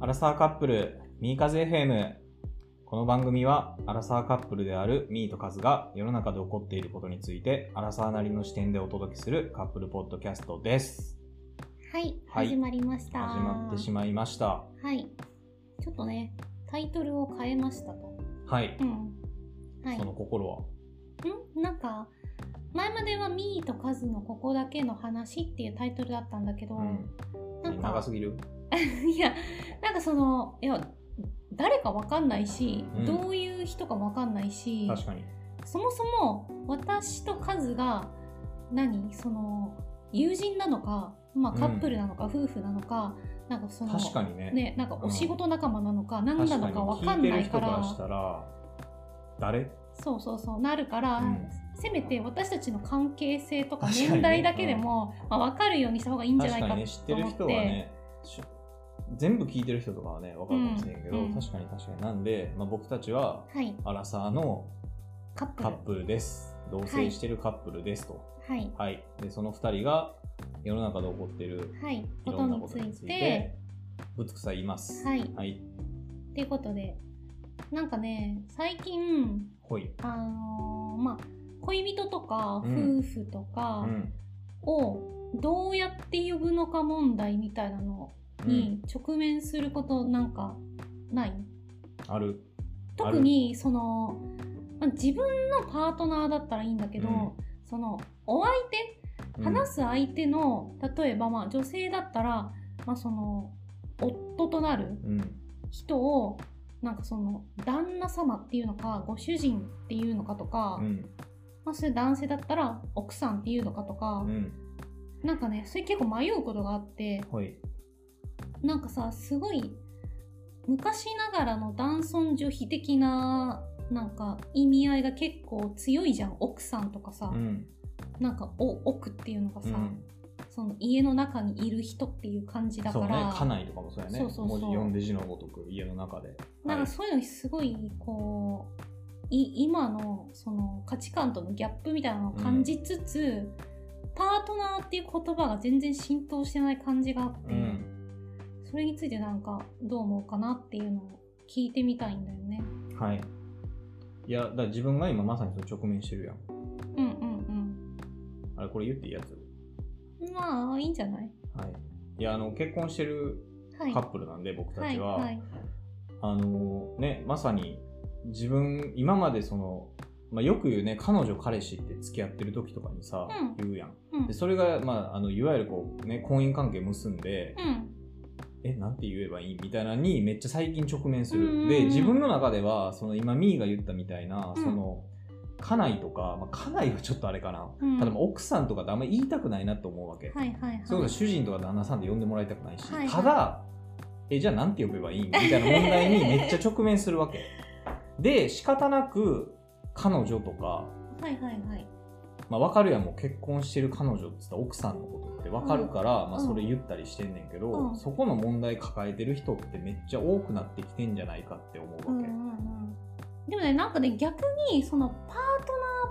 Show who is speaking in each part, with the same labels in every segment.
Speaker 1: ラサーカップル、ミーカズ FM。この番組は、アラサーカップルであるミーとカズが世の中で起こっていることについて、アラサーなりの視点でお届けするカップルポッドキャストです。
Speaker 2: はい、
Speaker 1: はい
Speaker 2: 始まりました。
Speaker 1: 始まってしまいました。
Speaker 2: はい。ちょっとね、タイトルを変えましたと。
Speaker 1: はい。
Speaker 2: うん。はい。
Speaker 1: その心は。
Speaker 2: んなんか、前まではミーとカズのここだけの話っていうタイトルだったんだけど、
Speaker 1: うん。
Speaker 2: なん
Speaker 1: 長
Speaker 2: か
Speaker 1: す、ぎる
Speaker 2: いや、なんかその、いや、誰かわかんないし、
Speaker 1: うん
Speaker 2: どういう人かわかんないし、
Speaker 1: 確かに。
Speaker 2: そもそも私とカズが何その友人なのか、まあ、カップルなのか、夫婦なのかなんかその
Speaker 1: 確かにね。
Speaker 2: ねなんかお仕事仲間なのか、何な
Speaker 1: 確
Speaker 2: の
Speaker 1: かに
Speaker 2: か分かんないか
Speaker 1: 聞いてる人かららしたら、誰
Speaker 2: そうそうそうなるから、
Speaker 1: うん
Speaker 2: せめて私たちの関係性とか
Speaker 1: 確かにね
Speaker 2: 年代だけでも、まあ、分かるようにした方がいいんじゃ
Speaker 1: 確
Speaker 2: ないか
Speaker 1: か
Speaker 2: と
Speaker 1: に
Speaker 2: 思
Speaker 1: ね、知
Speaker 2: っ
Speaker 1: ってる人は
Speaker 2: て。
Speaker 1: ね、し全部聞いてる人とかはね、わかるかもしれんけど、
Speaker 2: うんうん
Speaker 1: 確かに確かに。なんで、まあ、僕たちは、
Speaker 2: はい、
Speaker 1: アラサーの
Speaker 2: カップ
Speaker 1: カ
Speaker 2: ル
Speaker 1: ップルです。同棲してるカップルですと。
Speaker 2: はい、
Speaker 1: はい。で、その二人が世の中で起こっている
Speaker 2: はい、
Speaker 1: いろ
Speaker 2: こと
Speaker 1: んな
Speaker 2: に
Speaker 1: ことにつ
Speaker 2: つ
Speaker 1: い
Speaker 2: い
Speaker 1: て
Speaker 2: て、
Speaker 1: ぶつくさ言います。
Speaker 2: はい
Speaker 1: はい。
Speaker 2: っていうことでなんかね最近
Speaker 1: ほい。
Speaker 2: あのーまあ恋人とか
Speaker 1: うん
Speaker 2: 夫婦と
Speaker 1: う
Speaker 2: か
Speaker 1: ん。
Speaker 2: をどうやって呼ぶのか問題みたいなの
Speaker 1: うん。
Speaker 2: に直面することなんかない、
Speaker 1: ある。
Speaker 2: 特にその、まあ、自分のパートナーだったらいいんだけど、
Speaker 1: うん
Speaker 2: そのお相手
Speaker 1: うん
Speaker 2: 話す相手の、例えばまあ女性だったら、まあ、その夫となる
Speaker 1: うん。
Speaker 2: 人をなんかその旦那様っていうのかご主人っていうのかとか。
Speaker 1: うん。
Speaker 2: まあ、それ男性だったら奥さんっていうのかとか、
Speaker 1: うん。
Speaker 2: なんかねそれ結構迷うことがあって
Speaker 1: ほい。
Speaker 2: なんかさすごい昔ながらの男尊女卑的ななんか意味合いが結構強いじゃん奥さんとかさ、
Speaker 1: うん。
Speaker 2: なんかお奥っていうのが
Speaker 1: う
Speaker 2: さ、
Speaker 1: ん。
Speaker 2: その家の中にいる人っていう感じだ
Speaker 1: そ
Speaker 2: か
Speaker 1: う
Speaker 2: ら、
Speaker 1: ね。家内とかもそうやね。
Speaker 2: そうそうそ
Speaker 1: 文
Speaker 2: う
Speaker 1: 字読んで字のごとく家の中で。
Speaker 2: なん
Speaker 1: は
Speaker 2: か
Speaker 1: い
Speaker 2: そういうのにすごいこうい今のその価値観とのギャップみたいなのを感じつつ、パートナーっていう言葉が全然浸透してない感じがあって、
Speaker 1: うん。
Speaker 2: それについてなんかどう思うかなっていうのを聞いてみたいんだよね。
Speaker 1: はい。いや、だから自分が今まさにそれ直面してるやん。
Speaker 2: うんうん
Speaker 1: あれ、これ言っていいやつ
Speaker 2: うん。まあいいんじゃない
Speaker 1: はい。いや、あの、結婚してる
Speaker 2: はい。
Speaker 1: カップルなんで、僕たちは。
Speaker 2: はいはい
Speaker 1: あのね、まさに自分、今までその、まあ、よく言うね、彼女、彼氏って付き合ってる時とかにさ、
Speaker 2: うん
Speaker 1: 言うやん。
Speaker 2: うん
Speaker 1: で、それが、まあ、あの、いわゆるこう、ね、婚姻関係結んで、
Speaker 2: うん
Speaker 1: え、なんて言えばいいみたいなのに、めっちゃ最近直面す
Speaker 2: うんうんう
Speaker 1: る。
Speaker 2: ん
Speaker 1: で、自分の中では、その今、ミーが言ったみたいな、
Speaker 2: うん
Speaker 1: その、家内とか、まあ、家内はちょっとあれかな。
Speaker 2: うん
Speaker 1: ただ、まあ奥さんとかってあんま言いたくないなと思うわけ。
Speaker 2: はいはいはい。
Speaker 1: そうだ主人とか旦那さんで呼んでもらいたくないし、
Speaker 2: はいはい
Speaker 1: ただえじゃあなんて呼べばいいみたいな問題 にめっちゃ直面するわけで仕方なく彼女とか、
Speaker 2: はいはいはい。
Speaker 1: まあ、分かるやんもう結婚してる彼女って言ったら奥さんのことって分かるから、まあ、
Speaker 2: うん
Speaker 1: それ言ったりしてんねんけど、
Speaker 2: うん
Speaker 1: そこの問題抱えてる人ってめっちゃ多くなってきてんじゃないかって思うわ
Speaker 2: うんうん
Speaker 1: け、
Speaker 2: うんでもねなんかね逆にそのパートナ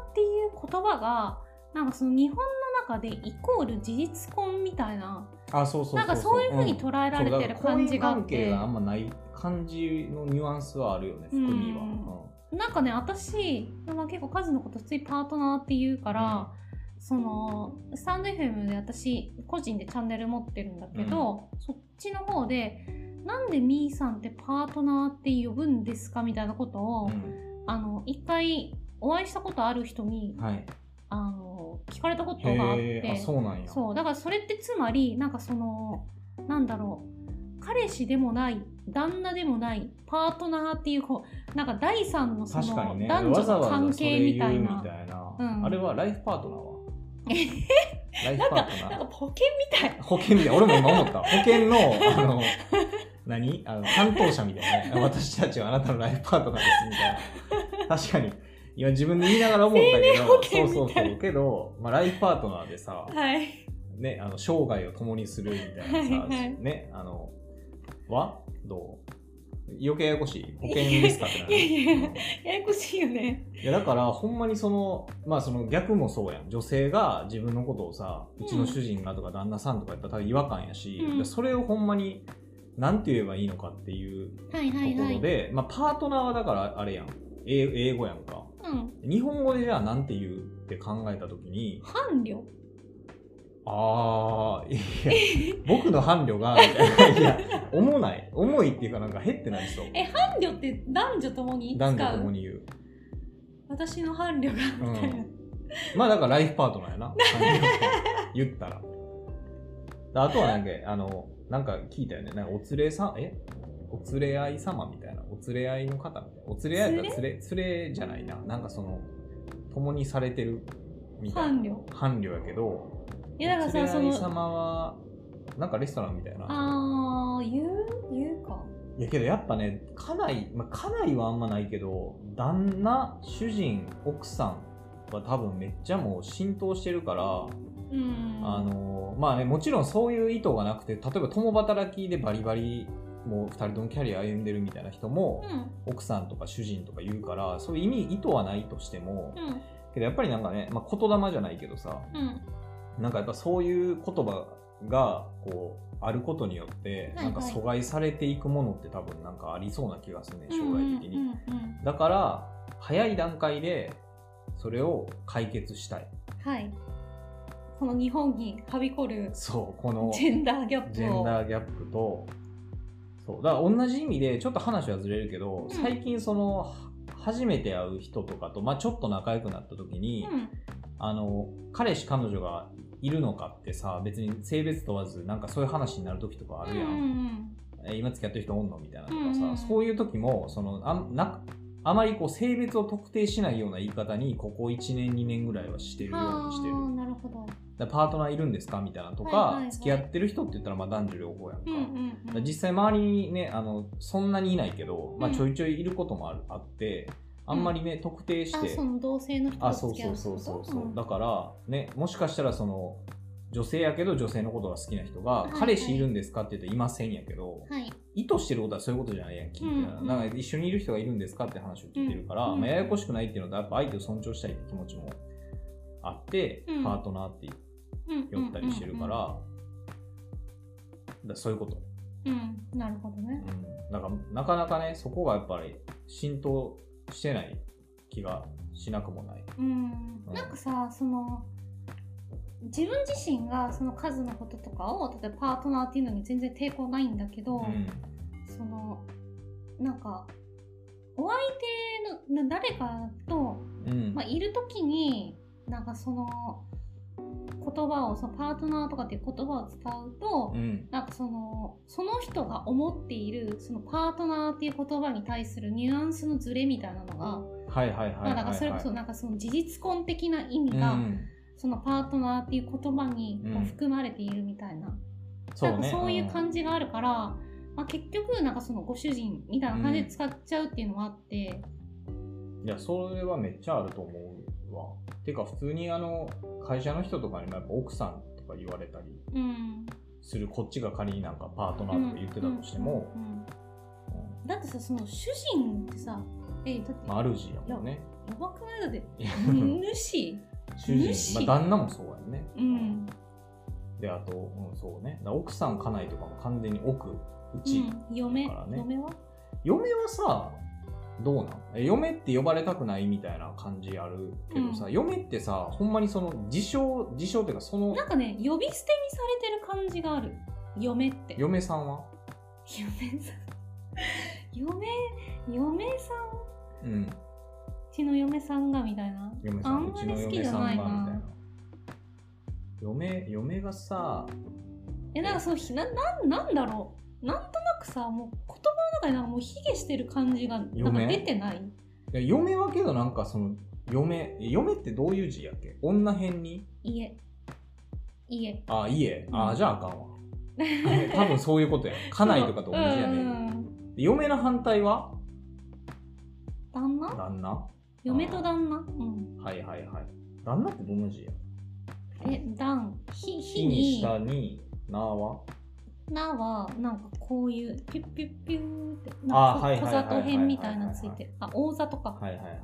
Speaker 2: ーっていう言葉がなんかその日本の中でイコール事実婚みたいな
Speaker 1: あそうそうそう
Speaker 2: なんかそういうふうに捉えられてる感じがあっ
Speaker 1: そうだから婚姻関係
Speaker 2: て
Speaker 1: があんまない感じのニュアンスはあるよね含みは、
Speaker 2: うん
Speaker 1: うん
Speaker 2: なんかね私まあ結構カズのこと普通にパートナーっていうから、そのスタンド FM で私個人でチャンネル持ってるんだけど、そっちの方でなんでみーさんってパートナーって呼ぶんですかみたいなことを、
Speaker 1: うん
Speaker 2: あの一回お会いしたことある人に
Speaker 1: はい
Speaker 2: あの聞かれたことがあっ
Speaker 1: へえあ
Speaker 2: て
Speaker 1: そうなんや
Speaker 2: そうだからそれってつまりなんかそのなんだろう彼氏でもない旦那でもないパートナーっていうこうなんか第三のそ
Speaker 1: 確か
Speaker 2: の、
Speaker 1: にね
Speaker 2: 男
Speaker 1: わざ
Speaker 2: 女の
Speaker 1: わざ
Speaker 2: 関
Speaker 1: それ言う
Speaker 2: 係みたいな
Speaker 1: みたいな
Speaker 2: うん
Speaker 1: あれはライフパートナーはライフパート
Speaker 2: なん
Speaker 1: ナ
Speaker 2: か
Speaker 1: ー
Speaker 2: ポケみたい
Speaker 1: 保険みたい俺も今思 った保険のあの何あの担当者みたいなね私たちはあなたのライフパートナーですみたいな確かに今自分で言いながら思ったけどそ
Speaker 2: 生命保険みたい
Speaker 1: うそうそうけど、まあ、ライフパートナーでさ、
Speaker 2: はい
Speaker 1: ね、あの生涯を共にするみたいなさ、
Speaker 2: はいはい
Speaker 1: ねあのはどう余計ややこしい保険ですかってなる
Speaker 2: いやいや
Speaker 1: うん
Speaker 2: ややこしいよね
Speaker 1: いやだからほんまにそのまあその逆もそうやん女性が自分のことをさうちの主人がとか旦那さんとかやったら多分違和感やし、
Speaker 2: うん
Speaker 1: いやそれをほんまになんて言えばいいのかっていうと
Speaker 2: はいはい
Speaker 1: こ
Speaker 2: は
Speaker 1: ろ
Speaker 2: い。
Speaker 1: で、まあ、パートナーはだからあれやん英英語やんか
Speaker 2: うん。
Speaker 1: 日本語でじゃあなんて言うって考えた時に
Speaker 2: 伴侶
Speaker 1: あーいや僕の伴侶がみたいないや思ない重いっていうかなんか減ってない人
Speaker 2: 伴侶って男女ともに使
Speaker 1: 男女とも
Speaker 2: う
Speaker 1: に言う
Speaker 2: 私の伴侶が、みたいな。
Speaker 1: まあだからライフパートナーやな 言ったらあとはなんかあのなんか聞いたよねなんかお連れさんえお連れ合い様みたいなお連れ合いの方みたいなお連れ合いだったら連れ連れじゃないななんかその共にされてるみたいな
Speaker 2: 伴侶。
Speaker 1: 伴侶やけど
Speaker 2: いやだからさ、
Speaker 1: お
Speaker 2: そ
Speaker 1: 連れ合い
Speaker 2: の、
Speaker 1: 様はなんかレストランみたいな
Speaker 2: あー、言う言うか。
Speaker 1: いやけどやっぱね家内、まあ、家内はあんまないけど旦那主人奥さんは多分めっちゃもう浸透してるから
Speaker 2: うん。
Speaker 1: あのまあね、もちろんそういう意図がなくて例えば共働きでバリバリもう2人ともキャリア歩んでるみたいな人も
Speaker 2: うん。
Speaker 1: 奥さんとか主人とか言うからそういう意味意図はないとしても
Speaker 2: うん。
Speaker 1: けどやっぱりなんかね、まあ、言霊じゃないけどさ
Speaker 2: うん。
Speaker 1: なんかやっぱそういう言葉がこうあることによって
Speaker 2: はい
Speaker 1: なんか
Speaker 2: はい
Speaker 1: 阻害されていくものって多分なんかありそうな気がするね将来的
Speaker 2: うん
Speaker 1: に。
Speaker 2: うんうんうん
Speaker 1: だから早い段階でそれを解決したい。
Speaker 2: はい。この日本にはびこる
Speaker 1: そうこの
Speaker 2: ジェンダーギャップを。
Speaker 1: ジェンダーギャップと、そう、だから同じ意味で、ちょっと話はずれるけど、
Speaker 2: ん
Speaker 1: 最近その、は初めて会う人とかと、まあちょっと仲良くなった時に、
Speaker 2: うん。
Speaker 1: あの、彼氏彼女がいるのかってさ、別に性別問わず、なんかそういう話になる時とかあるや。
Speaker 2: うんうんん
Speaker 1: え今付き合ってる人おんのみたいなとか
Speaker 2: うんう
Speaker 1: さ、
Speaker 2: ん
Speaker 1: そういう時も、その、あんなあまりこう性別を特定しないような言い方にここ1年2年ぐらいはして
Speaker 2: う
Speaker 1: る
Speaker 2: ん。
Speaker 1: ようにしてる
Speaker 2: ああ、なるほ
Speaker 1: だ
Speaker 2: ど。
Speaker 1: からパートナーいるんですかみたいなとか、
Speaker 2: はいはいはい
Speaker 1: 付き合ってる人って言ったらまあ男女両方やんか,、
Speaker 2: うんうんうん。
Speaker 1: 実際周りにねあのそんなにいないけど、まあ、
Speaker 2: うん
Speaker 1: ちょいちょいいることもあるあってあんまりね、特定し
Speaker 2: あ、
Speaker 1: て
Speaker 2: その同性の人
Speaker 1: あ
Speaker 2: と
Speaker 1: そう
Speaker 2: 付き
Speaker 1: そ
Speaker 2: 合
Speaker 1: うそう
Speaker 2: う
Speaker 1: そう
Speaker 2: って
Speaker 1: そう、
Speaker 2: こと
Speaker 1: だからねもしかしたらその女性やけど女性のことが好きな人が、
Speaker 2: はいはい
Speaker 1: 彼氏いるんですかって言っていませんやけど、
Speaker 2: うんはい。
Speaker 1: 意図してることはそういうことじゃないやん聞いてる
Speaker 2: うんうん
Speaker 1: なんか一緒にいる人がいるんですかって話を聞いてるから、
Speaker 2: うん
Speaker 1: まあ、ややこしくないっていうのとやっぱ相手を尊重したいって気持ちもあって、
Speaker 2: うん
Speaker 1: パートナーっていう
Speaker 2: うん
Speaker 1: 酔ったりしてるから,、。だそういうこと、
Speaker 2: うんうんうん。うんなるほど
Speaker 1: う
Speaker 2: ね。
Speaker 1: ん、だからなかなかねそこがやっぱり浸透してない気がしなくもない、
Speaker 2: うん
Speaker 1: う。ん
Speaker 2: なんかさ、その、自分自身がその数のこととかを、例えばパートナーっていうのに全然抵抗ないんだけど、
Speaker 1: うん
Speaker 2: そのなんかお相手のな誰かと、
Speaker 1: うん
Speaker 2: まあ、いる時になんかその言葉をそのパートナーとかっていう言葉を使うと、
Speaker 1: うん
Speaker 2: なんかそのその人が思っているそのパートナーっていう言葉に対するニュアンスのズレみたいなのが、
Speaker 1: はいはいはいはい、
Speaker 2: ま
Speaker 1: は
Speaker 2: あ、
Speaker 1: い、
Speaker 2: なんかそれこそなんかその事実婚的な意味
Speaker 1: う
Speaker 2: が、
Speaker 1: ん、
Speaker 2: そのパートナーっていう言葉にこ
Speaker 1: うん
Speaker 2: う含まれているみたいな。
Speaker 1: そう
Speaker 2: なんか
Speaker 1: ね
Speaker 2: そういう感じがあるから、まあ、結局なんかそのご主人みたいな感じで使っちゃうっていうのもあって、
Speaker 1: うんいやそれはめっちゃあると思うわてか普通にあの会社の人とかにもやっぱ奥さんとか言われたり
Speaker 2: うん、
Speaker 1: するこっちが仮になんかパートナーとか言ってたとしても、
Speaker 2: うんうん
Speaker 1: うん
Speaker 2: だってさその主人ってさえだって
Speaker 1: まあ、主やもんね
Speaker 2: やばくないだって
Speaker 1: いや
Speaker 2: 主、
Speaker 1: 主人、
Speaker 2: 主
Speaker 1: まあ、旦那もそうやんね、
Speaker 2: うん
Speaker 1: であと、うん、そうねだから奥さん家内とかも完全に奥う
Speaker 2: う
Speaker 1: ち、
Speaker 2: ん、嫁、
Speaker 1: だからね
Speaker 2: 嫁は
Speaker 1: 嫁はさどうなんえ嫁って呼ばれたくないみたいな感じあるけどさ、
Speaker 2: うん
Speaker 1: 嫁ってさほんまにその自称自称っていうかその
Speaker 2: なんかね呼び捨てにされてる感じがある嫁って嫁
Speaker 1: 嫁さんは
Speaker 2: さん 嫁嫁さん
Speaker 1: うん
Speaker 2: うちの嫁さんがみたいな
Speaker 1: 嫁さ
Speaker 2: あ
Speaker 1: ん
Speaker 2: ん
Speaker 1: う
Speaker 2: ま
Speaker 1: ちの
Speaker 2: り好き
Speaker 1: 嫁
Speaker 2: じゃ
Speaker 1: さんは
Speaker 2: ない
Speaker 1: みたい
Speaker 2: な
Speaker 1: な嫁嫁がさ
Speaker 2: えなんかそうひななんなんだろうなんとなくさもう言葉の中になんかもう卑下してる感じがなんか
Speaker 1: 嫁
Speaker 2: 出てない
Speaker 1: いや嫁はけどなんかその嫁嫁ってどういう字やっけ女編に
Speaker 2: 家家
Speaker 1: あ家あ
Speaker 2: うん
Speaker 1: じゃああかん わ多分そういうことや家内とかと同じや
Speaker 2: う
Speaker 1: ね
Speaker 2: ん
Speaker 1: で嫁の反対は
Speaker 2: 旦那
Speaker 1: 旦那
Speaker 2: 嫁と旦那うん
Speaker 1: はいはいはい。旦那ってどんな字や
Speaker 2: え旦ひ
Speaker 1: 木
Speaker 2: ひ
Speaker 1: に
Speaker 2: に
Speaker 1: 下に、なは
Speaker 2: なはなんかこういうピュッピュッピューって
Speaker 1: あ
Speaker 2: なん
Speaker 1: はい
Speaker 2: か小
Speaker 1: はいはいはい
Speaker 2: 里編みたいなのついてるあ大里か
Speaker 1: はいはいはいはい。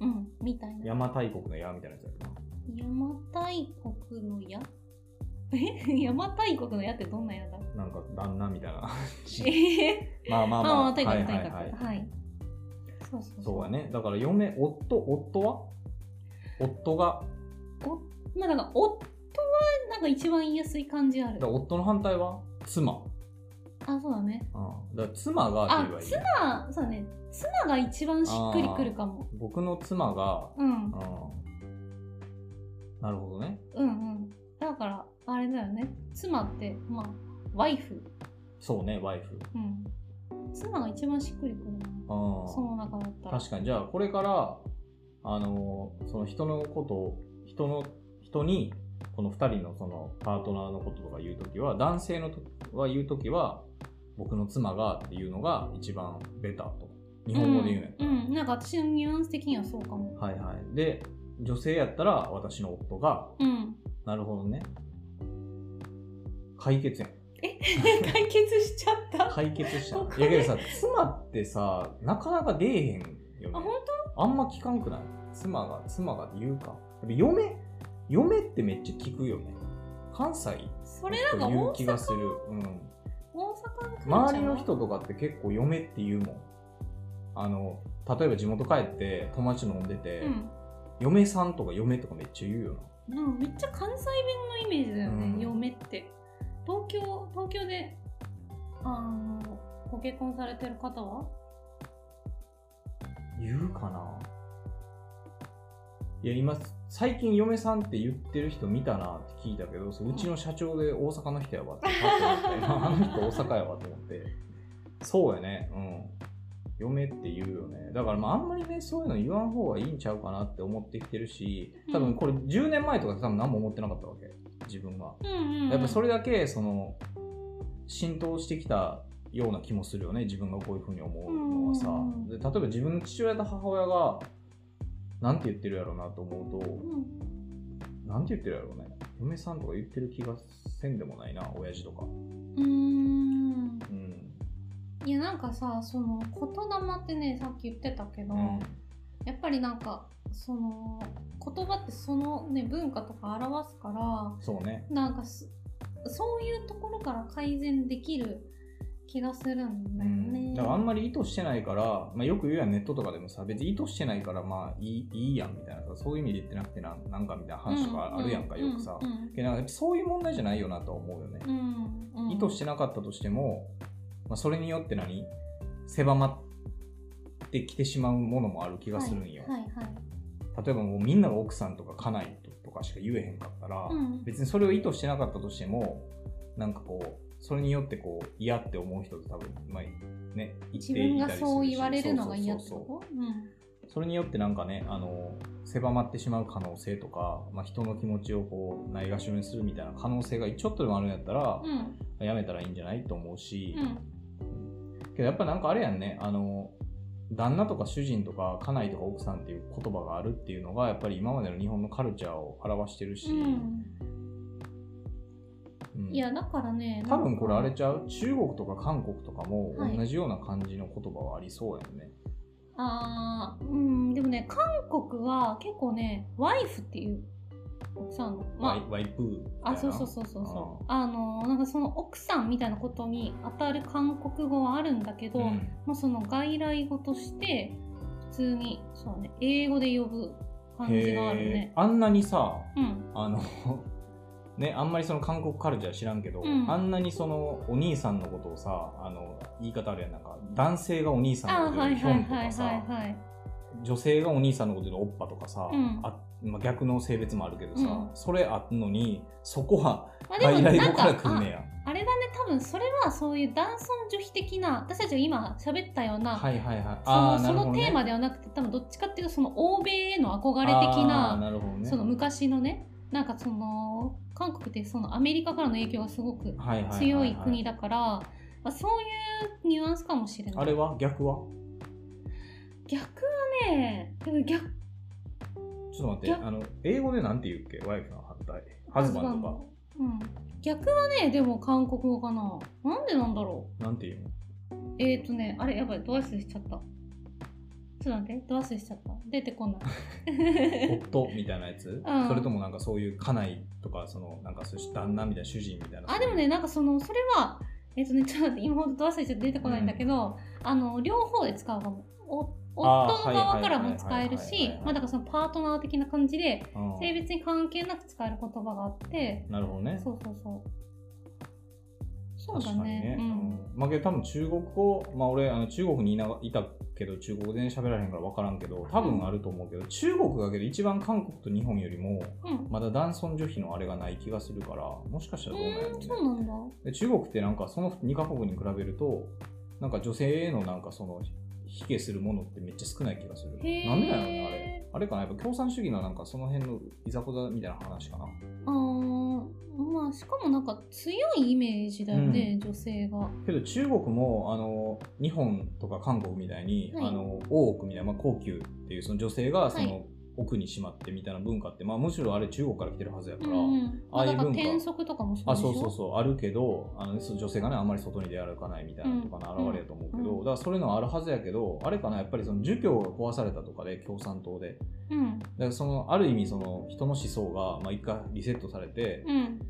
Speaker 2: うんみたいな
Speaker 1: 山大国の矢みたいなやつやな。
Speaker 2: 邪馬台国の矢え 邪馬台国の矢ってどんな矢だ
Speaker 1: なんか旦那みたいな
Speaker 2: え
Speaker 1: まあまあ
Speaker 2: ー、
Speaker 1: ま
Speaker 2: ま
Speaker 1: あ
Speaker 2: あとにか
Speaker 1: は
Speaker 2: く
Speaker 1: い
Speaker 2: と
Speaker 1: は
Speaker 2: に
Speaker 1: い
Speaker 2: か
Speaker 1: はい
Speaker 2: くはいそうそう
Speaker 1: そうやねだから嫁夫夫は夫が
Speaker 2: おまあなんか夫はなんか一番言いやすい感じある
Speaker 1: だから夫の反対は妻、
Speaker 2: あそうだね
Speaker 1: うん、だから妻がって
Speaker 2: あ
Speaker 1: 言えばいいね
Speaker 2: 妻そうだね妻が一番しっくりくるかも
Speaker 1: 僕の妻が、
Speaker 2: うん
Speaker 1: うん、なるほどね
Speaker 2: うんうんだからあれだよね妻ってまあワイフ
Speaker 1: そうねワイフ
Speaker 2: うん妻が一番しっくりくる
Speaker 1: あ
Speaker 2: な
Speaker 1: ー
Speaker 2: その中だったら
Speaker 1: 確かにじゃあこれからあのーその人のことを人の人にこの2人のそのパートナーのこととか言うときは男性のとは言うときは僕の妻がっていうのが一番ベターと日本語で言うんやった
Speaker 2: う
Speaker 1: ら、
Speaker 2: ん、うん、なんか私のニュアンス的にはそうかも
Speaker 1: はいはいで女性やったら私の夫が
Speaker 2: うん
Speaker 1: なるほどね解決やん
Speaker 2: 解決しちゃったあ
Speaker 1: 解決 した
Speaker 2: わ
Speaker 1: な
Speaker 2: か
Speaker 1: い
Speaker 2: る
Speaker 1: やけどさ妻ってさなかなか出えへんよね
Speaker 2: 本
Speaker 1: あんま聞かんくない妻が、妻が言うか。やっぱ嫁、嫁ってめっちゃ聞くよね。関西
Speaker 2: 当それなんか
Speaker 1: 言
Speaker 2: 大
Speaker 1: う気が
Speaker 2: 阪
Speaker 1: する。うん。
Speaker 2: 大阪の感
Speaker 1: 周りの人とかって結構嫁って言うもん。あの、例えば地元帰って友達と飲んでて、
Speaker 2: うん
Speaker 1: 嫁さんとか嫁とかめっちゃ言うよな。
Speaker 2: なんかめっちゃ関西弁のイメージだよね、
Speaker 1: うん
Speaker 2: 嫁って東京東京であのご結婚されてる方は
Speaker 1: 言うかないや、今、最近嫁さんって言ってる人見たなって聞いたけど、そううちの社長で大阪の人やわってパッと思って、あの人大阪やわと思って。そうやね、うん。嫁って言うよね。だからまああんまりね、そういうの言わん方がいいんちゃうかなって思ってきてるし、多分これ10年前とか多分何も思ってなかったわけ。自分が。
Speaker 2: うんうん、うん、
Speaker 1: やっぱそれだけ、その、浸透してきたような気もするよね。自分がこういうふうに思うのはさ
Speaker 2: うんうんうん。
Speaker 1: で例えば自分の父親と母親が、なんて言ってるやろうなと思うと、
Speaker 2: うん
Speaker 1: なんて言ってるやろうね。嫁さんとか言ってる気がせんでもないな、親父とか。
Speaker 2: うーん
Speaker 1: うん。
Speaker 2: いやなんかさその言霊ってねさっき言ってたけど、
Speaker 1: うん
Speaker 2: やっぱりなんかその言葉ってそのね文化とか表すから
Speaker 1: そうね。
Speaker 2: なんかすそういうところから改善できる気がするんだよね。
Speaker 1: だからあんまり意図してないから、まあ、よく言うやんネットとかでもさ別に意図してないからまあいいいいやんみたいなさそういう意味で言ってなくてなんなんかみたいな話とかあるやんか、よくさ、
Speaker 2: うんうん
Speaker 1: けどなんかやっぱそういう問題じゃないよなとは思うよね、
Speaker 2: うんうん
Speaker 1: 意図してなかったとしても、まあ、それによって何狭まってきてしまうものもある気がするんよ、
Speaker 2: はいはいはい
Speaker 1: 例えばもうみんなが奥さんとか家内ととかしか言えへんかったら、
Speaker 2: うん
Speaker 1: 別にそれを意図してなかったとしてもなんかこうそれによってこう嫌って思う人って多分まあね
Speaker 2: 自分がそう言われるのが嫌
Speaker 1: っ
Speaker 2: ってて
Speaker 1: そうそう
Speaker 2: ことう
Speaker 1: そうそれによってなんかねあの狭まってしまう可能性とか、まあ、人の気持ちをこうないがしろにするみたいな可能性がちょっとでもあるんやったら
Speaker 2: ん、うん
Speaker 1: やめたらいいんじゃないと思うし、
Speaker 2: うん
Speaker 1: けどやっぱなんかあれやんねあの旦那とか主人とか家内とか奥さんっていう言葉があるっていうのがやっぱり今までの日本のカルチャーを表してるし、
Speaker 2: うん
Speaker 1: うん
Speaker 2: いやだからね
Speaker 1: 多分これあ
Speaker 2: な
Speaker 1: れ
Speaker 2: んか
Speaker 1: ちゃう中国とか韓国とかも
Speaker 2: はい
Speaker 1: 同じような感じの言葉はありそうやんね、
Speaker 2: あーうんでもね韓国は結構ねワイフっていう奥さんのま
Speaker 1: ワ
Speaker 2: あ
Speaker 1: イワイプーみたい
Speaker 2: あ
Speaker 1: な
Speaker 2: そうそうそうそうそうあのなんかその奥さんみたいなことに当たる韓国語はあるんだけど、
Speaker 1: ん
Speaker 2: もうその外来語として普通にそうね英語で呼ぶ感じがある
Speaker 1: へ
Speaker 2: ね
Speaker 1: ーあんなにさ
Speaker 2: うん
Speaker 1: あのねあんまりその韓国カルチャー知らんけど、
Speaker 2: うん
Speaker 1: あんなにそのお兄さんのことをさあの言い方あるやんなんか男性がお兄さん
Speaker 2: あ
Speaker 1: のこ
Speaker 2: ー
Speaker 1: とを
Speaker 2: はい
Speaker 1: ヒ
Speaker 2: は
Speaker 1: ョ
Speaker 2: い
Speaker 1: ンと
Speaker 2: はい
Speaker 1: かさ
Speaker 2: はいはい
Speaker 1: 女性がお兄さんのことでおっぱとかさ、
Speaker 2: うん
Speaker 1: あまあ、逆の性別もあるけどさ、
Speaker 2: うん
Speaker 1: それあんのにそこは
Speaker 2: まあでも
Speaker 1: 外来
Speaker 2: なん
Speaker 1: 語
Speaker 2: か
Speaker 1: から来ん
Speaker 2: あ
Speaker 1: ねや
Speaker 2: あれだね多分それはそういう男尊女卑的な私たちが今喋ったような、
Speaker 1: はいはいはい
Speaker 2: そ
Speaker 1: あー
Speaker 2: の
Speaker 1: な
Speaker 2: そ
Speaker 1: るほど
Speaker 2: の
Speaker 1: ね
Speaker 2: テーマではなくて多分どっちかっていうとその欧米への憧れ
Speaker 1: あ
Speaker 2: 的
Speaker 1: ー
Speaker 2: な
Speaker 1: るほどね
Speaker 2: その昔のねなんかその韓国ってそのアメリカからの影響がすごく
Speaker 1: はいはいはいはい
Speaker 2: 強い国だから、まあ、そういうニュアンスかもしれない
Speaker 1: あれは逆は
Speaker 2: 逆はねでも逆
Speaker 1: ちょっと待って
Speaker 2: 逆
Speaker 1: あの英語でなんて言うっけワイフの反対ハズバンド
Speaker 2: ハ
Speaker 1: か
Speaker 2: ズバンドうん逆はねでも韓国語かななんでなんだろう
Speaker 1: なんて言うの
Speaker 2: えーとねあれやばいドアスしちゃったちょっと待って、ドアスしちゃった。出てこない。
Speaker 1: 夫みたいなやつ、
Speaker 2: うん
Speaker 1: それともなんかそういう家内とかそのなんかそういう旦那みたいな主人みたいな
Speaker 2: あ、でもね、なんかその、それは、えっとね、ちょっと待って、今ほんとドアスしちゃって出てこないんだけど、あの、両方で使うかも。お
Speaker 1: あー
Speaker 2: 夫の側からも使える
Speaker 1: はいはいはいはい
Speaker 2: し
Speaker 1: はい、
Speaker 2: まあだからそのパートナー的な感じで、
Speaker 1: うん
Speaker 2: 性別に関係なく使える言葉があって、
Speaker 1: なるほどね
Speaker 2: そうそうそう。そう
Speaker 1: 確
Speaker 2: だ
Speaker 1: かに
Speaker 2: ね。うん。
Speaker 1: まあけど多分中国語まあ俺あの中国にいないたけど中国語全然喋られへんから分からんけど多分あると思うけど、中国がけど一番韓国と日本よりも
Speaker 2: うん。
Speaker 1: まだ男尊女卑のあれがない気がするからもしかしたらどうなんやろ
Speaker 2: う
Speaker 1: う
Speaker 2: ーん、
Speaker 1: ね
Speaker 2: そうなんだ。
Speaker 1: で中国ってなんかその2カ国に比べるとなんか女性へのなんかその卑下するものってめっちゃ少ない気がする
Speaker 2: へー
Speaker 1: なんでだろうねあれあれかなやっぱ共産主義のなんかその辺のいざこざみたいな話かな
Speaker 2: あーまあしかもなんか強いイメージだよね、女性が。
Speaker 1: けど中国もあの日本とか韓国みたいに、
Speaker 2: はい
Speaker 1: あの大奥みたいな、まあ、高級っていうその女性がその、
Speaker 2: はい
Speaker 1: 奥にしまってみたいな文化って、まあ、むしろあれ中国から来てるはずやから、
Speaker 2: うん、
Speaker 1: ああいう
Speaker 2: だから
Speaker 1: 文化
Speaker 2: 転職とかもそう
Speaker 1: あ
Speaker 2: でしょ
Speaker 1: そうそうそうあるけどあのそう女性がねあんまり外に出歩かないみたいなのとかの
Speaker 2: うん
Speaker 1: 表れやと思うけど、
Speaker 2: うん
Speaker 1: だからそういうのはあるはずやけどあれかなやっぱりその儒教が壊されたとかで共産党で
Speaker 2: う。うん
Speaker 1: だからそのある意味その人の思想がまあ、一回リセットされて、
Speaker 2: うん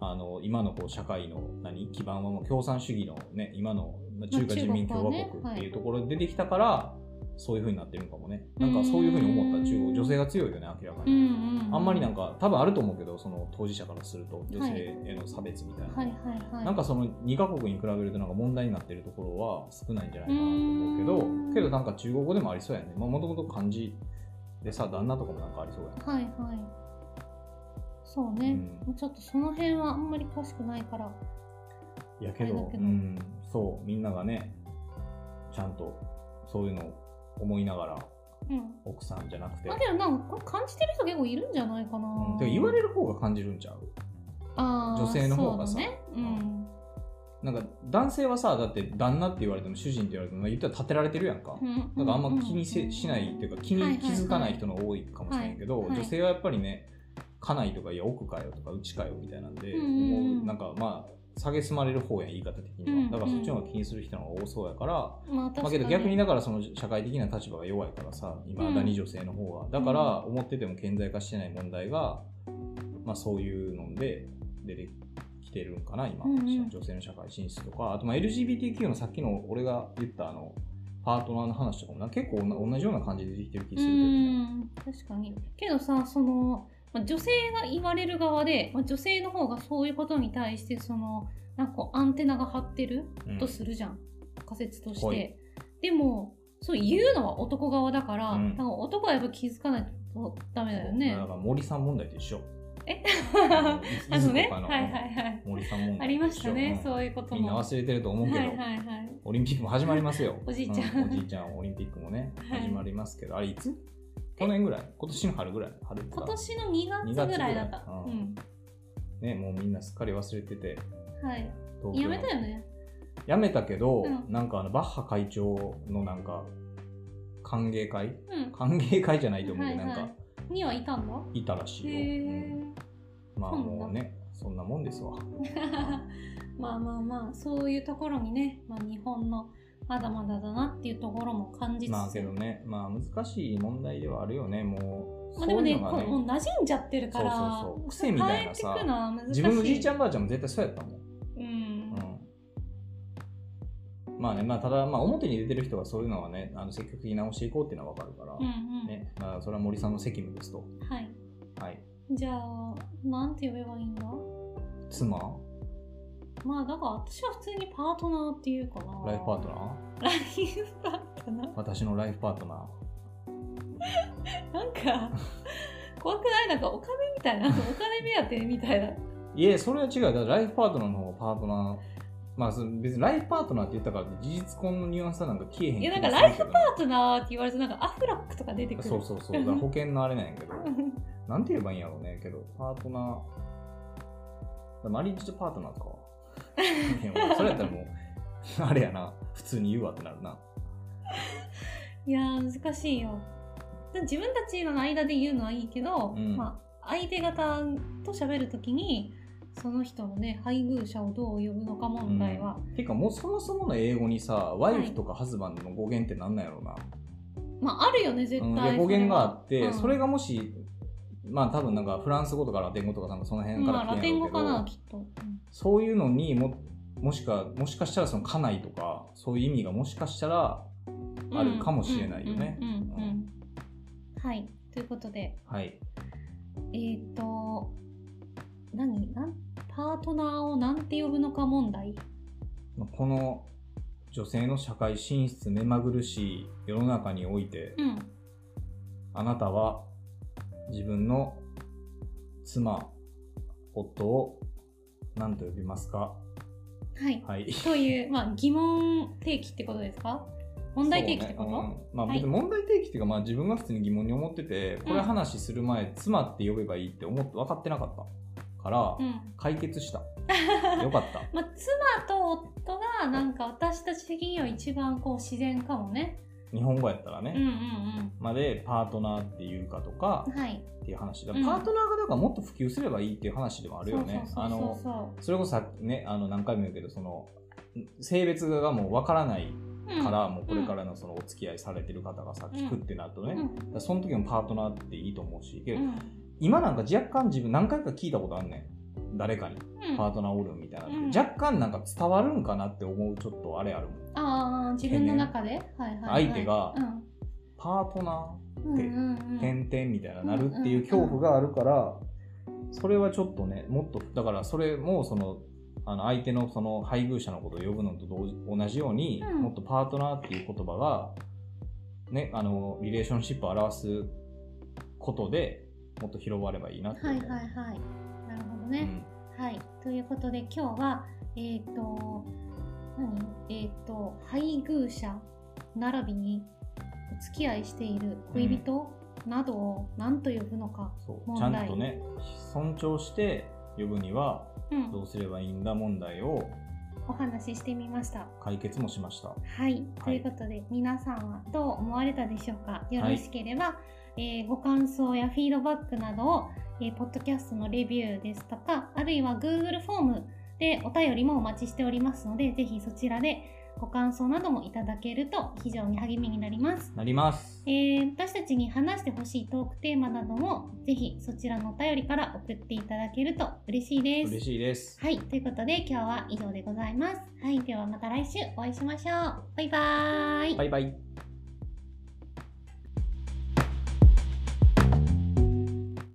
Speaker 1: あの今のこう社会の何基盤はもう共産主義のね今のまあ中華
Speaker 2: 中
Speaker 1: 人
Speaker 2: 国はね
Speaker 1: 民共和国っていうところで出てきたから、そういう風になってるのかもねなん
Speaker 2: う
Speaker 1: か
Speaker 2: ーん
Speaker 1: そういう風に思った中国女性が強いよね明らか
Speaker 2: う
Speaker 1: に、
Speaker 2: んうん。
Speaker 1: あんまりなん
Speaker 2: か。
Speaker 1: か多分あると思うけどその当事者からすると女性への差別みたいな、
Speaker 2: はいはいはい。
Speaker 1: なんかその2カ国に比べるとなんか問題になってるところは少ないんじゃないかなと
Speaker 2: うー
Speaker 1: 思うんけどけどなんか中国語でもありそうやねもともと漢字でさ旦那とかもなんかありそうやね
Speaker 2: はいはい。そうね。
Speaker 1: う
Speaker 2: ちょっとその辺はあんまり詳しくないから。
Speaker 1: いやけど
Speaker 2: あれだけ
Speaker 1: う
Speaker 2: ど
Speaker 1: ん、そうみんながねちゃんとそういうのを思いながら
Speaker 2: うん。
Speaker 1: 奥さんじゃなくて、
Speaker 2: だけどなんかこれ感じてる人結構いるんじゃないかな。
Speaker 1: うん、てか言われる方が感じるんちゃう
Speaker 2: あー
Speaker 1: 女性の方がさ
Speaker 2: そうだね。うん。
Speaker 1: なんか男性はさだって旦那って言われても主人って言われてもまあ言ったら立てられてるやんか、
Speaker 2: うん
Speaker 1: なんかあんま気にせしないっていうか気
Speaker 2: はいは
Speaker 1: に
Speaker 2: い
Speaker 1: 気づかない人の方が多いかもしれんけど、
Speaker 2: はいはい
Speaker 1: 女性はやっぱりね家内とかいや奥かよとか内かよみたいなんで、
Speaker 2: うんうんうん
Speaker 1: もうなんかまあ下げすまれる方やん言い方的には、
Speaker 2: うんうん
Speaker 1: だからそっちの方が気にする人の方が多そうやから、
Speaker 2: まあ
Speaker 1: まあ、
Speaker 2: 確かに
Speaker 1: け。ど逆にだからその社会的な立場が弱いからさ今だに女性の方が、だから思ってても顕在化してない問題が、まあ、そういうので出てきてるんかな今、
Speaker 2: うんうん
Speaker 1: 女性の社会進出とかあとまあ LGBTQ のさっきの俺が言ったあのパートナーの話とかもな結構おんな同じような感じで出てきてる気するけどね。
Speaker 2: うん確かにけどさその、まあ、女性が言われる側で、まあ、女性の方がそういうことに対してそのなんかこうアンテナが張ってる
Speaker 1: うん
Speaker 2: とするじゃん、仮説とし
Speaker 1: は
Speaker 2: て
Speaker 1: い。
Speaker 2: でもそう言うのは男側だから、
Speaker 1: うん
Speaker 2: だから男はやっぱ気づかないとダメだよね
Speaker 1: だ。から森さん問題と一緒。
Speaker 2: あ
Speaker 1: あ
Speaker 2: のねはいはいはい。
Speaker 1: 森さん問題と一緒。
Speaker 2: ありましたね、
Speaker 1: うん
Speaker 2: そういうことも。
Speaker 1: みんな忘れてると思うけど、
Speaker 2: はいはいはい。
Speaker 1: オリンピックも始まりますよ。
Speaker 2: おじいちゃん
Speaker 1: うおじいちゃん、オリンピックもね、
Speaker 2: はい
Speaker 1: 始まりますけど、あれいつ去年ぐらい今年の春ぐらい春か
Speaker 2: 今年の2月ぐらいだった。
Speaker 1: 二月
Speaker 2: う
Speaker 1: ぐらい
Speaker 2: ん。
Speaker 1: ね、もうみんなすっかり忘れてて、
Speaker 2: はい。
Speaker 1: 東京
Speaker 2: やめたよね。
Speaker 1: やめたけど、
Speaker 2: うん
Speaker 1: なんかあの、バッハ会長のなんか、歓迎会
Speaker 2: うん。
Speaker 1: 歓迎会じゃないと思うけど、
Speaker 2: はいはい
Speaker 1: なんか、
Speaker 2: にはいたんだ。
Speaker 1: いたらしいよ。
Speaker 2: へ
Speaker 1: うん
Speaker 2: え。
Speaker 1: まあもうね、そんなもんですわ。
Speaker 2: まあまあまあそういうところにね、まあ、日本のまだまだだなっていうところも感じつつ、
Speaker 1: まあけどね、まあ難しい問題ではあるよね、もう。
Speaker 2: まあでもね
Speaker 1: そういうのが
Speaker 2: こうもう馴染んじゃってるから
Speaker 1: そうそうそう癖みたいなさ
Speaker 2: 変えていくのは難しい
Speaker 1: 自分のじいちゃんばあちゃんも絶対そうやったもん。
Speaker 2: うん、
Speaker 1: うんまあね、まあ、ただ、まあ、表に出てる人がそういうのはね、あの積極的に直していこうっていうのは分かるから、
Speaker 2: うんうん
Speaker 1: ねまあ、それは森さんの責務ですと。
Speaker 2: はい
Speaker 1: はい、
Speaker 2: じゃあなんて呼べばいいんだ
Speaker 1: 妻、
Speaker 2: まあだから私は普通にパートナーっていうかな
Speaker 1: ライフパートナー、
Speaker 2: ライフパートナー
Speaker 1: 私のライフパートナー。
Speaker 2: な んか怖くないなんかお金みたいなお金目当てみたいない
Speaker 1: え、それは違う。だからライフパートナーの方がパートナー。まあ、その別にライフパートナーって言ったからって事実婚のニュアンスはなんか消えへん
Speaker 2: いやな
Speaker 1: 気
Speaker 2: んか
Speaker 1: が
Speaker 2: ライフ
Speaker 1: するけどね
Speaker 2: パートナーって言われてなんかアフラックとか出てくる
Speaker 1: そうそうそう。だから保険のあれなんや けど。
Speaker 2: うん
Speaker 1: なんて言えばいいんやろうね。けど、パートナー。だからマリッジとパートナーか。い やそれやったらもう、あれやな。普通に言うわってなるな。
Speaker 2: いやー難しいよ自分たちの間で言うのはいいけど、
Speaker 1: うん
Speaker 2: まあ、相手方と喋るときにその人のね配偶者をどう呼ぶのか問題は、
Speaker 1: てかもうそもそもの英語にさ、ワイフとかハズバンドの語源ってなんなんやろうな。
Speaker 2: まああるよね絶
Speaker 1: うんい
Speaker 2: 対
Speaker 1: や語源があって、
Speaker 2: うん
Speaker 1: それがもしまあ多分なんかフランス語とかラテン語とかなんかその辺から
Speaker 2: まあラ
Speaker 1: 来て
Speaker 2: テ
Speaker 1: る
Speaker 2: ン
Speaker 1: んだ
Speaker 2: 語
Speaker 1: けど、
Speaker 2: かなきっと、うん
Speaker 1: そういうのにももしかもしかしたらその家内とかそういう意味がもしかしたらあるかもしれないよね
Speaker 2: うんうんうんうんはいということで
Speaker 1: はい
Speaker 2: えっ、と何なんパートナーをなんて呼ぶのか問題
Speaker 1: まあこの女性の社会進出目まぐるしい世の中において
Speaker 2: うん
Speaker 1: あなたは自分の妻夫を何と呼びますか
Speaker 2: はい
Speaker 1: はい
Speaker 2: という、まあ、疑問提起ってことですか問題提起ってこと、
Speaker 1: そうねうんまあ、
Speaker 2: はい
Speaker 1: 別に問題提起っていうか、まあ、自分が普通に疑問に思っててこれ話する前、妻って呼べばいいって思って分かってなかったから、
Speaker 2: うん
Speaker 1: 解決 したよかった
Speaker 2: まあ、妻と夫がなんか私たち的には一番こう自然かもね。
Speaker 1: 日本語やったら
Speaker 2: うんう
Speaker 1: ね、
Speaker 2: ん
Speaker 1: まあでパートナーっていうかとか
Speaker 2: うん。はい。
Speaker 1: っていう話だ
Speaker 2: うん
Speaker 1: パートナーがだからもっと普及すればいいっていう話でもあ
Speaker 2: あ
Speaker 1: るよね
Speaker 2: そう
Speaker 1: あ
Speaker 2: そうそう
Speaker 1: の
Speaker 2: そ
Speaker 1: それこそさっきねあの何回も言うけどその性別がもう分からないう
Speaker 2: うん。
Speaker 1: から、もうこれからのそのお付き合いされてる方がさ、聞くってなるとね、
Speaker 2: うん
Speaker 1: だからその時もパートナーっていいと思うしけ
Speaker 2: う
Speaker 1: ど、
Speaker 2: ん。
Speaker 1: 今なんか若干自分何回か聞いたことあんねん誰かに
Speaker 2: うん、
Speaker 1: パー
Speaker 2: あ
Speaker 1: トナーおるみたいなって、
Speaker 2: うん
Speaker 1: 若干なんか伝わるんかなって思うちょっとあれあるもん
Speaker 2: あー、自分の中で、はいはいはい、
Speaker 1: 相手が
Speaker 2: うん
Speaker 1: パートナ
Speaker 2: うんうんうん
Speaker 1: ー点々みたいななるっていう恐怖があるからそれはちょっとねもっとだからそれもそのあの相手のその配偶者のことを呼ぶのと同じ同じように、
Speaker 2: うん
Speaker 1: もっとパートナーっていう言葉がねあのリレーションシップを表すことでもっと広まればいいなって
Speaker 2: は
Speaker 1: 思。
Speaker 2: いうはいはい。なるほど
Speaker 1: う
Speaker 2: ね。
Speaker 1: ん
Speaker 2: はい。ということで今日は、えっ、と、何えっ、と、配偶者並びにお付き合いしている恋人などを何と呼ぶのか。
Speaker 1: そうちゃ
Speaker 2: 問題
Speaker 1: んとね尊重して呼ぶには
Speaker 2: うん
Speaker 1: どうすればいいんだ問題を
Speaker 2: お話ししてみました。
Speaker 1: 解決もしました
Speaker 2: はい、ということで皆さんはどう思われたでしょうかよろしければ、えーご感想やフィードバックなどを、えーポッドキャストのレビューですとかあるいは Google フォームでお便りもお待ちしておりますのでぜひそちらでご感想などもいただけると非常に励みになります、
Speaker 1: なります
Speaker 2: えー私たちに話してほしいトークテーマなどもぜひそちらのお便りから送っていただけると嬉しいです
Speaker 1: 嬉しいです
Speaker 2: はい、ということで今日は以上でございます。はい、ではまた来週お会いしましょう。バイバーイ。
Speaker 1: バイバイ